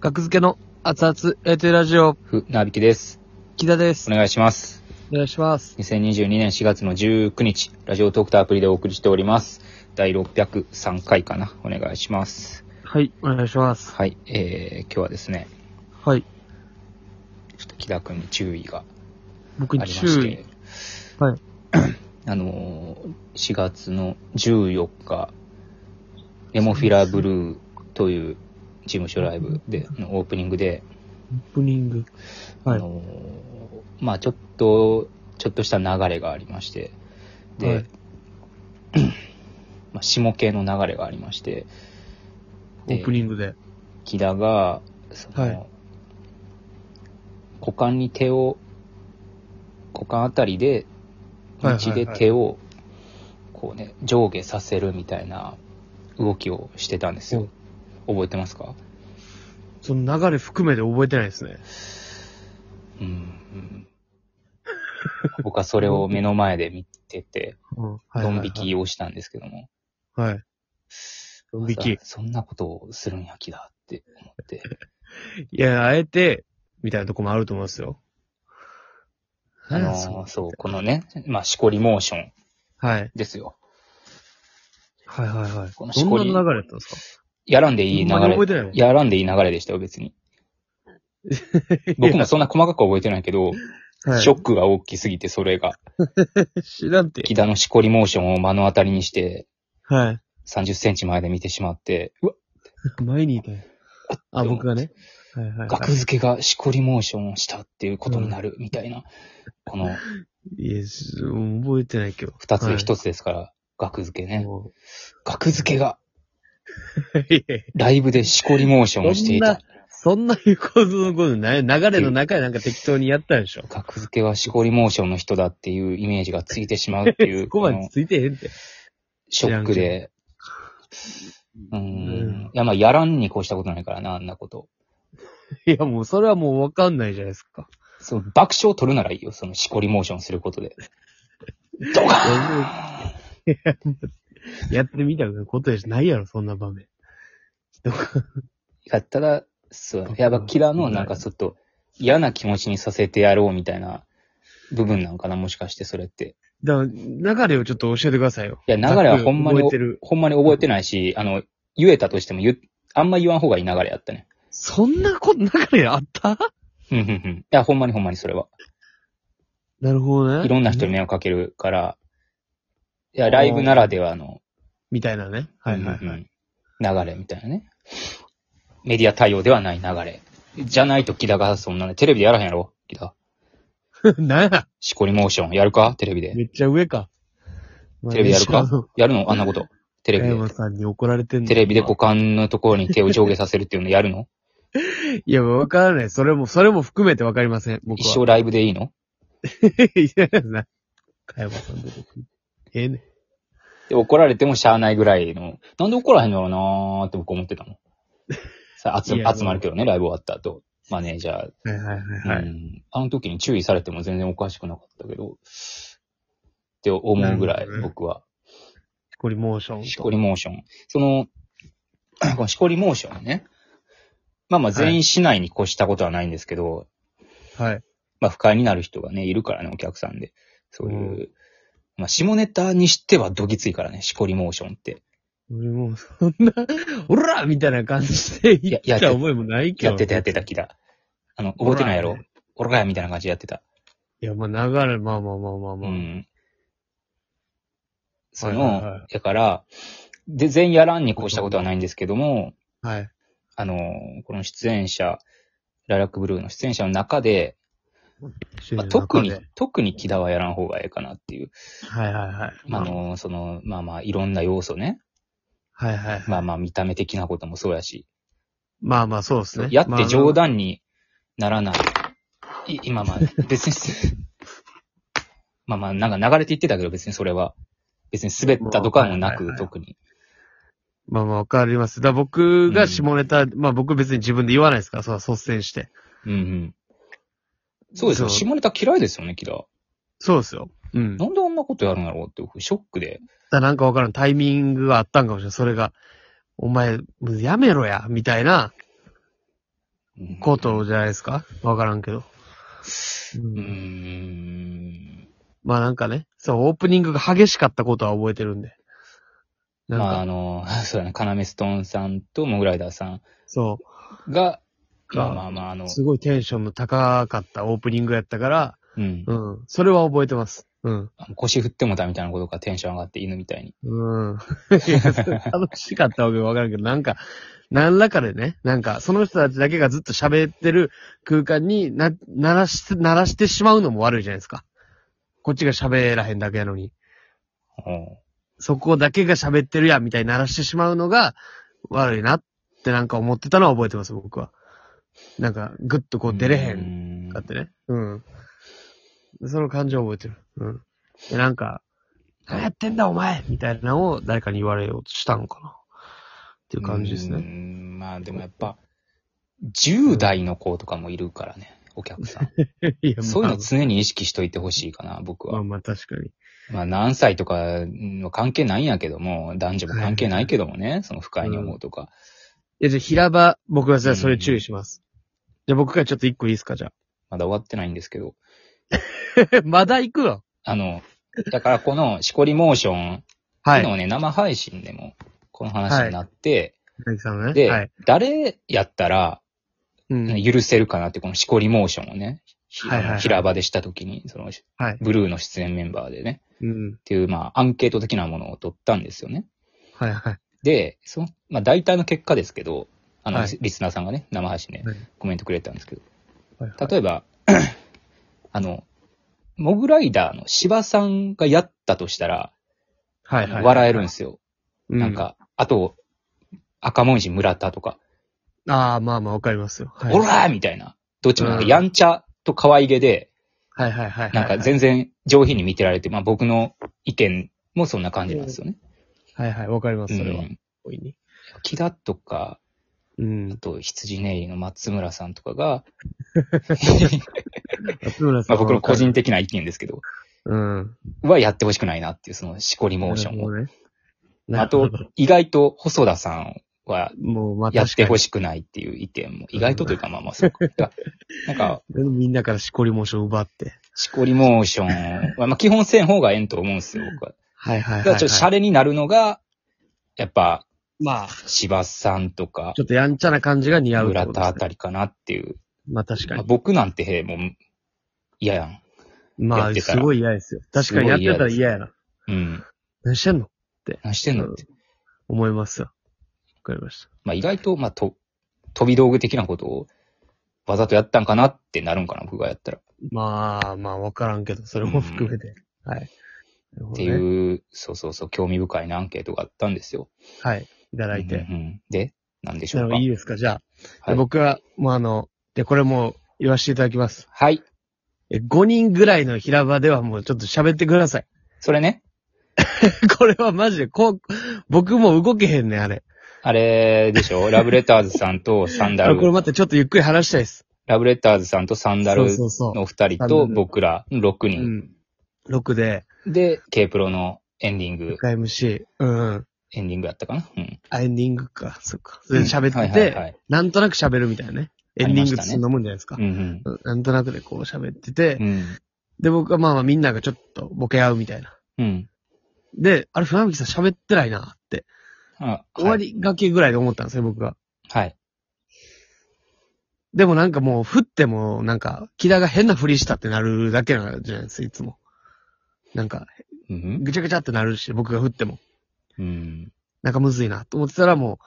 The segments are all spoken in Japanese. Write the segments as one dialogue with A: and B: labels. A: 学付けの熱々レテラジオ、
B: ふ、なびきです。
A: 木田です。
B: お願いします。
A: お願いします。
B: 2022年4月の19日、ラジオトークとアプリでお送りしております。第603回かな。お願いします。
A: はい、お願いします。
B: はい、えー、今日はですね、
A: はい。
B: ちょっと木田くんに注意があ
A: 僕
B: り
A: に
B: まし
A: 注意
B: て。、
A: はい。
B: あのー、4月の14日、ネモフィラブルーという事務所ライブで、のオープニングで、
A: オープニング。は
B: あ
A: い。
B: のーまあちょっと、ちょっとした流れがありまして、で、
A: はい
B: まあ下系の流れがありまして、
A: オープニングで。
B: 木田が、その、
A: はい
B: 股間に手を、股間あたりで、
A: はいはいは
B: 道
A: い
B: で手を、こうね、上下させるみたいな動きをしてたんですよ。覚えてますか
A: その流れ含めて覚えてないですね。
B: うんうん。僕はそれを目の前で見てて、
A: うん。はいはい
B: ド
A: はい
B: ン引きをしたんですけども。
A: はい。ドン引き
B: まさ。そんなことをするんやきだって思って。
A: いや、あえて、みたいなとこもあると思うんですよ。
B: あの
A: そ
B: ーそう、このね、まあ、しこりモーション
A: うはい。
B: ですよ。
A: はいはいはい。
B: このし
A: ど
B: こり
A: んな流れだったんです
B: やらんでいい流
A: ほんまに覚えてない
B: れ
A: の。
B: やらんでいい流れでしたよ、別に。
A: か
B: 僕もそんな細かくは覚えてないけど、
A: いやはい
B: ショックが大きすぎて、それが。
A: 知らんて。
B: 木田のしこりモーションを目の当たりにして、
A: は
B: 30センチ前で見てしまって、うわ、
A: い。前にいたよ。あ、僕がね。はいはいは
B: 額付けがしこりモーションをしたっていうことになる、みたいな。この
A: い。いや、す覚えてないけど。
B: 二つで
A: 一
B: 一つですから、額付けね。
A: も
B: 額付けが
A: う いやいや
B: ライブでしこりモーションをしていた。
A: そんな言うことのことない。流れの中でなんか適当にやったでしょ。
B: 格付けはしこりモーションの人だっていうイメージがついてしまうって いう、
A: そこまで
B: の
A: ついてへんって。
B: ショックで。う
A: う
B: ー
A: ん
B: ん。いや、まあ、やらんに越したことないからな、あんなこと。
A: いや、もうそれはもうわかんないじゃないですか。
B: その爆笑を取るならいいよ、そのしこりモーションする ことで。ドカーン
A: やってみたことじゃないやろ、そんな場面。
B: いやったら、そう、やば、キラーのなんかちょっと嫌な気持ちにさせてやろうみたいな部分なのかな、もしかしてそれって。
A: だから、流れをちょっと教えてくださいよ。
B: いや、流れはほんまに
A: 覚えてる、
B: ほんまに覚えてないし、あの、言えたとしても言う、あんま言わん方がいい流れやったね。
A: そんなこと、流れあった
B: うんうんうん。いや、ほんまにほんまにそれは。
A: なるほどね。
B: いろんな人に迷惑かけるから、いや、ライブならではの、
A: みたいなね。はいはいはい。
B: うんうん流れみたいなね。メディア対応ではない流れ。じゃないと木田がそんなね、テレビでやらへんやろ木田。
A: なんや
B: しこりモーションやるかテレビで。
A: めっちゃ上か。
B: テレビやる
A: まあ
B: かやるのあんなこと。テレ
A: 加
B: ビ
A: 山
B: で。
A: さんに怒られてんの。
B: テレビで股間のところに手を上下させるっていうのやるの
A: いや、わからない。それも、それも含めてわかりません。 僕は。
B: 一生ライブでいいの
A: いやな。加山さん出てくる。ええね。
B: で怒られてもしゃあないぐらいの。なんで怒らへんのやろなーって僕思って たの。さあ集
A: いや
B: 集まるけどね、ライブ終わった後。マネージャー
A: はいはいはいは
B: う
A: い。
B: んあの時に注意されても全然おかしくなかったけど、って思うぐら
A: ないるほどね
B: 僕は、
A: しこりモーションと。
B: しこりモーション。その、 このしこりモーションね。まあまあ全員市内に越したことはないんですけど、
A: はい。
B: まあ不快になる人がね、いるからね、お客さんで。そういう、まあ下ネタにしてはどぎついからね、しこりモーションって。
A: 俺もうそんな、 おらみたいな感じで言
B: や
A: っ
B: いや
A: た覚えもないけど。
B: やってたやってた気だ。あの、覚えてないや
A: ほ
B: ろ
A: ら
B: おろかやみたいな感じでやってた。
A: いや、まあ流れ、まあまあまあまあ
B: う
A: まあ。
B: ん。そ
A: はいはいは
B: の、だから、で、全員やらんに越したことはないんですけども、
A: はい。
B: あの、この出演者、ララックブルーの出演者の中で、まあ、特に
A: は、
B: 特に木田はやらん方がええかなっていう。
A: いはいはい。
B: あの、その、まあまあ、いろんな要素ね。
A: はいはい。
B: まあまあ、見た目的なこともそうやし。
A: まあまあそうですね。
B: やって冗
A: 談。
B: 談にならない。い今まあ、別に、 まあまあ、なんか流れていってたけど、別にそれは。別に滑ったとかもな
A: ま
B: く、
A: あ
B: 特に。
A: まあまあわかります。だから僕が下ネタ、まあ僕別に自分で言わないですから、そう率先して。
B: うんうん。そうですよ。
A: そう
B: 下ネタ嫌いですよね、キラー。
A: そうですよ。うん。だか
B: なんであんなことやるんだろうって、僕ショックで。
A: らなんかわからん。タイミングがあったんかもしれない。それが、お前、もうやめろや、みたいな
B: うん
A: ことじゃないですかわからんけど。う、
B: うんん。
A: まあなんかね、そう、オープニングが激しかったことは覚えてるんで。なん
B: ま
A: か、
B: あ、あの、そうだね、カナメストーンさんとモグライダーさ
A: そ
B: んが、
A: う。
B: まあまあまあ、あの、
A: すごいテンションの高かったオープニングやったから、
B: うん。
A: うん。それは覚えてます。うん。
B: 腰振ってもたみたいなことがテンション上がって犬みたいに。
A: うん。いやそれ楽しかったわけわからんけど、なんか、何らかでね、なんか、その人たちだけがずっと喋ってる空間にな、鳴らして、鳴らしてしまうのも悪いじゃないですか。こっちが喋らへんだけやのに。
B: うん
A: そこだけが喋ってるやん、みたいに鳴らしてしまうのが悪いなってなんか思ってたのは覚えてます、僕は。なんか、ぐっとこう出れへん
B: ん
A: だってね。うん。その感情を覚えてる。うん。で、なんか、何やってんだお前みたいなのを誰かに言われようとしたのかなっていう感じです
B: う
A: ね。
B: んまあでもやっぱ、10代の子とかもいるからね、お客さん。
A: いや、まあ
B: そういうの常に意識しといてほしいかな、僕
A: まあ
B: は。
A: まあ確かに。
B: まあ何歳とかは関係ないんやけども、男女も関係ないけどもね、その不快に思うとか。
A: いや、じゃあ平場、僕はじゃあそれ
B: うん
A: 注意します。じゃあ僕からちょっと一個いいですか、じゃ
B: まだ終わってないんですけど。
A: あ。まだ行くの
B: あの、だからこのしこりモーション、
A: はい。
B: 昨日ね、生配信でもこの話になって、
A: なぎさんのね。
B: で、
A: はい。
B: 誰やったら
A: うん。
B: 許せるかなって、このしこりモーションをね、ひ
A: はいはいはい
B: 平場でした時に、その、
A: はい。
B: ブルーの出演メンバーでね、
A: うん
B: っ。ていう、まあ、アンケート的なものを取ったんですよね。
A: はいはい。
B: で、その、まあ、大体の結果ですけど、あの、
A: はい
B: リスナーさんがね、生配信でコメントくれたんですけど、
A: はいはい
B: 例えば、 あの、モグライダーの芝さんがやったとしたら、
A: はいはい。
B: 笑えるんですよ。
A: うん
B: なん。か、あと、赤文字村田とか、
A: ああ、まあまあわかりますよ。はい
B: オラーみたいな、どっちもなんか
A: うん
B: やんちゃと可愛げで、
A: はいはいはいはい。
B: なんか全然上品に見てられて、まあ僕の意見もそんな感じなんですよね。
A: はいはい、わかります、それは
B: う。ん
A: 大いに。
B: 木田とか、
A: うん
B: あ。と羊ネイリの松村さんとか が、
A: 松村さ
B: ま
A: んは
B: あ僕の
A: わか
B: 個
A: る。
B: 人的な意見ですけど、
A: うん。
B: はやってほしくないなっていう、そのしこりモーションを。
A: なるほどね。
B: あと、意外と細田さんは
A: もう、まあ、
B: やってほ
A: しい。
B: しくないっていう意見も、意外とというかまあまあそうか。だからなんか、
A: みんなからしこりモーション奪って。
B: しこりモーションは、まあ基本せん方がええんと思うんですよ、僕は。
A: はいはいは
B: た
A: い、
B: だ
A: はい。
B: ちょっとシャレになるのが、やっぱ、
A: まあ、
B: 芝さんとか
A: ち、ょっとやんちゃな感じが似合うって
B: 村
A: ことです
B: 田
A: ね、
B: あたりかなっていう。
A: まあ確か
B: まあ
A: に。
B: 僕なんて、へえもう、嫌やん。
A: ま
B: やっ
A: あ、
B: てたら
A: すごい嫌ですよ。確かにやってたら嫌やな。
B: うん。
A: 何してんの
B: 何してんのって。
A: 思いますよ。わかりました。
B: まあ意外と、まあ、と、飛び道具的なことを、わざとやったんかなってなるんかな、僕がやったら。
A: まあ、まあ、わからんけど、それも含めて。はい。なるほ
B: っ
A: ど
B: て
A: ね
B: いう、そうそうそう、興味深いなアンケートがあったんですよ。
A: はい。いただい
B: うん
A: て。
B: うんで、なんでし
A: なる
B: ょう
A: ほ
B: か
A: どいい。ですか、じゃあ。
B: はい
A: 僕は、もうあの、で、これもう言わせていただきます。
B: はい。
A: え5人ぐらいの平場ではもうちょっと喋ってください。
B: それね、
A: これはマジで、こう、僕も動けへんねん、あれ。
B: あれでし ょ、ラブレターズさんとサンダ
A: あこれ
B: ル、
A: 待って、ちょっとゆっくり話したいです。
B: ラブレターズさんとサンダ
A: そ
B: ル
A: うそうそ
B: の二人
A: サンダ
B: と
A: ル
B: 僕ら6
A: う。う
B: 人。
A: ん。6で、
B: で、K プロのエンディング、
A: 深 MC、うんうん。
B: エンディングやったかなうん。
A: あエンディングか、そっか。で、喋
B: は
A: っ
B: い
A: て
B: はいは
A: て、
B: い。
A: なんとなく喋るみたいなね。エンディングってそんなもんじゃないですか
B: う。ん
A: うんなんとなくでこう喋ってて
B: うん。う、ん。
A: で、僕はまあまあみんながちょっとボケ合うみたいな。
B: うん。
A: で、あれ、船吹さん喋ってないなって、
B: あ
A: 終わりがけぐらいで思ったんですよ、僕が。
B: はい。はい
A: でもなんかもう、振っても、なんか、木田が変なふりしたってなるだけなんじゃないですか、いつも。なんか、
B: うん。
A: ぐちゃぐちゃってなるし、僕が振っても、
B: うん。
A: なんかむずいなと思ってたらもう、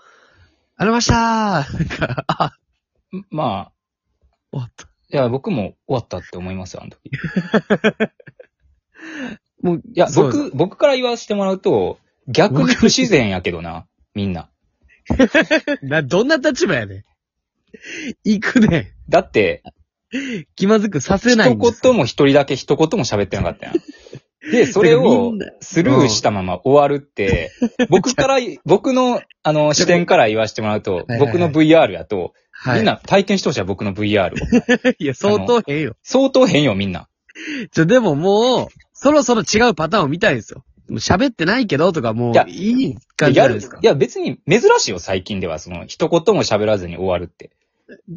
A: ありましたーなんか、あ、
B: まあ、
A: 終わった。
B: いや、僕も終わったって思いますよ、あの時。い
A: もう、い
B: や、、僕、僕から言わせてもらうと、逆に不自然やけどな、みんな。
A: な、どんな立場やねん。行くね
B: だって、
A: ん。気まずくさせ
B: 一
A: ないんです
B: 言も一人だけ一言も喋ってなかっ たやん。で、それ
A: てかみ
B: を
A: んな
B: スルーしたまま終わる って、僕から、僕の、あの、視点から言わせてもらうと
A: いは、い
B: 僕の VR やと、
A: はい。
B: みんな体験してほしいわ僕の VR を。
A: いや、相当変よ。
B: 相当変よ、みんな。
A: じゃ、でももう、そろそろ違うパターンを見たいんですよ。もう喋ってないけどとか、も
B: いや
A: う、いい感じじ
B: や
A: ゃない
B: る、
A: です
B: い
A: か。
B: や別に珍しいよ、最近では。その、一言も喋らずに終わるって。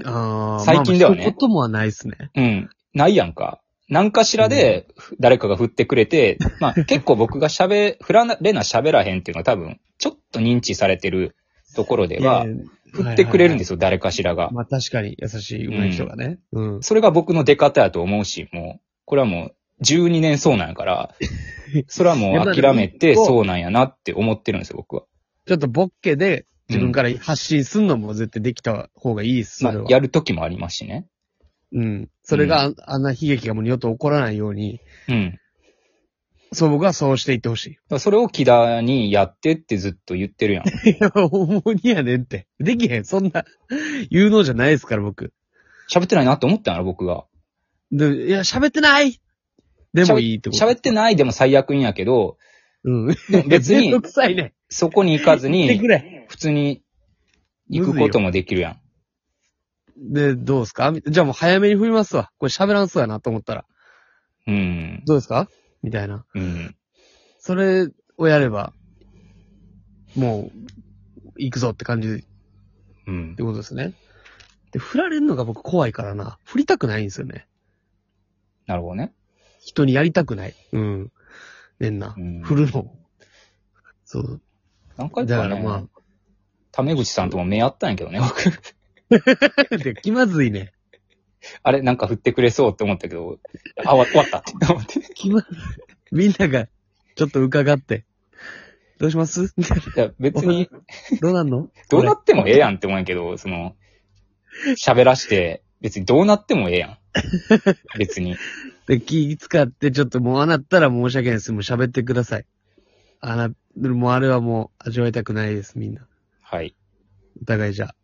A: あー
B: 最近ではね
A: まあ、一言もはないですね。。
B: うん。ないやんか。何かしらで、誰かが振ってくれて、まあ 結構僕が喋、振られな喋らへんっていうのは多分、ちょっと認知されてるところでは、振ってくれるんですすよ、誰かしらが。
A: まあ確かに優しい、上手い人がね。うん。
B: それが僕の出方やと思うし、もう、これはもう、12年そうなん やから、それはもう諦めて、そうなんやなって思ってるんですよ、僕は。
A: ちょっとボッケで自分
B: うん
A: から発信すんのも絶対できた方がいいっす、そ
B: ま
A: れは
B: あ、。やる時もありますしね。
A: うん。それがああんな悲劇がもう二度と起こらないように、
B: うん。
A: そう僕はそうしていってほし
B: だからそれを木田にやってってずっと言ってるや ん。
A: い。いや、重にやねんって。できへん。そんな、有能じゃないですから、僕。
B: 喋ってないなって思ったんやろ、僕が。
A: で、いや、喋ってないでもいいってこと。
B: 喋ってないでも最悪いんやけ ど、
A: うん。
B: でも 別
A: めんど
B: に、
A: くさいね。
B: そこに行かず
A: 言ってく
B: に、
A: れ。
B: 普通に行くこともできるやん。
A: で、どうですかみじゃあもう早めに振りますわ。これ喋らんそうやなと思ったら。
B: うん。
A: どうですかみたいな。
B: うん。
A: それをやれば、もう、行くぞって感じっ
B: うん
A: て。ことですね。で、振られるのが僕怖いからな。振りたくないんですよね。
B: なるほどね。
A: 人にやりたくない。うん。ねんな
B: う。ん
A: 振るの。そう。
B: 何回
A: だ
B: か
A: から
B: ね、
A: ま
B: タメ口さんとも目合ったんやけどね、僕。
A: あ。 で、気まずいね。
B: あれ、なんか振ってくれそうって思ったけど、あ、わ終わったって思って。い
A: 気まずい。みんなが、ちょっと伺って。どうします みたい
B: や、別 に、
A: などうなんの
B: どうなってもええやんって思うんやけど、その、喋らして、別にどうなってもええ やん。別に。
A: で、気使って、ちょっともうあなったら申し訳ないです。もう喋ってください。あな、もうあれはもう味わいたくないです、みんな。
B: はい。
A: お互いじゃあ。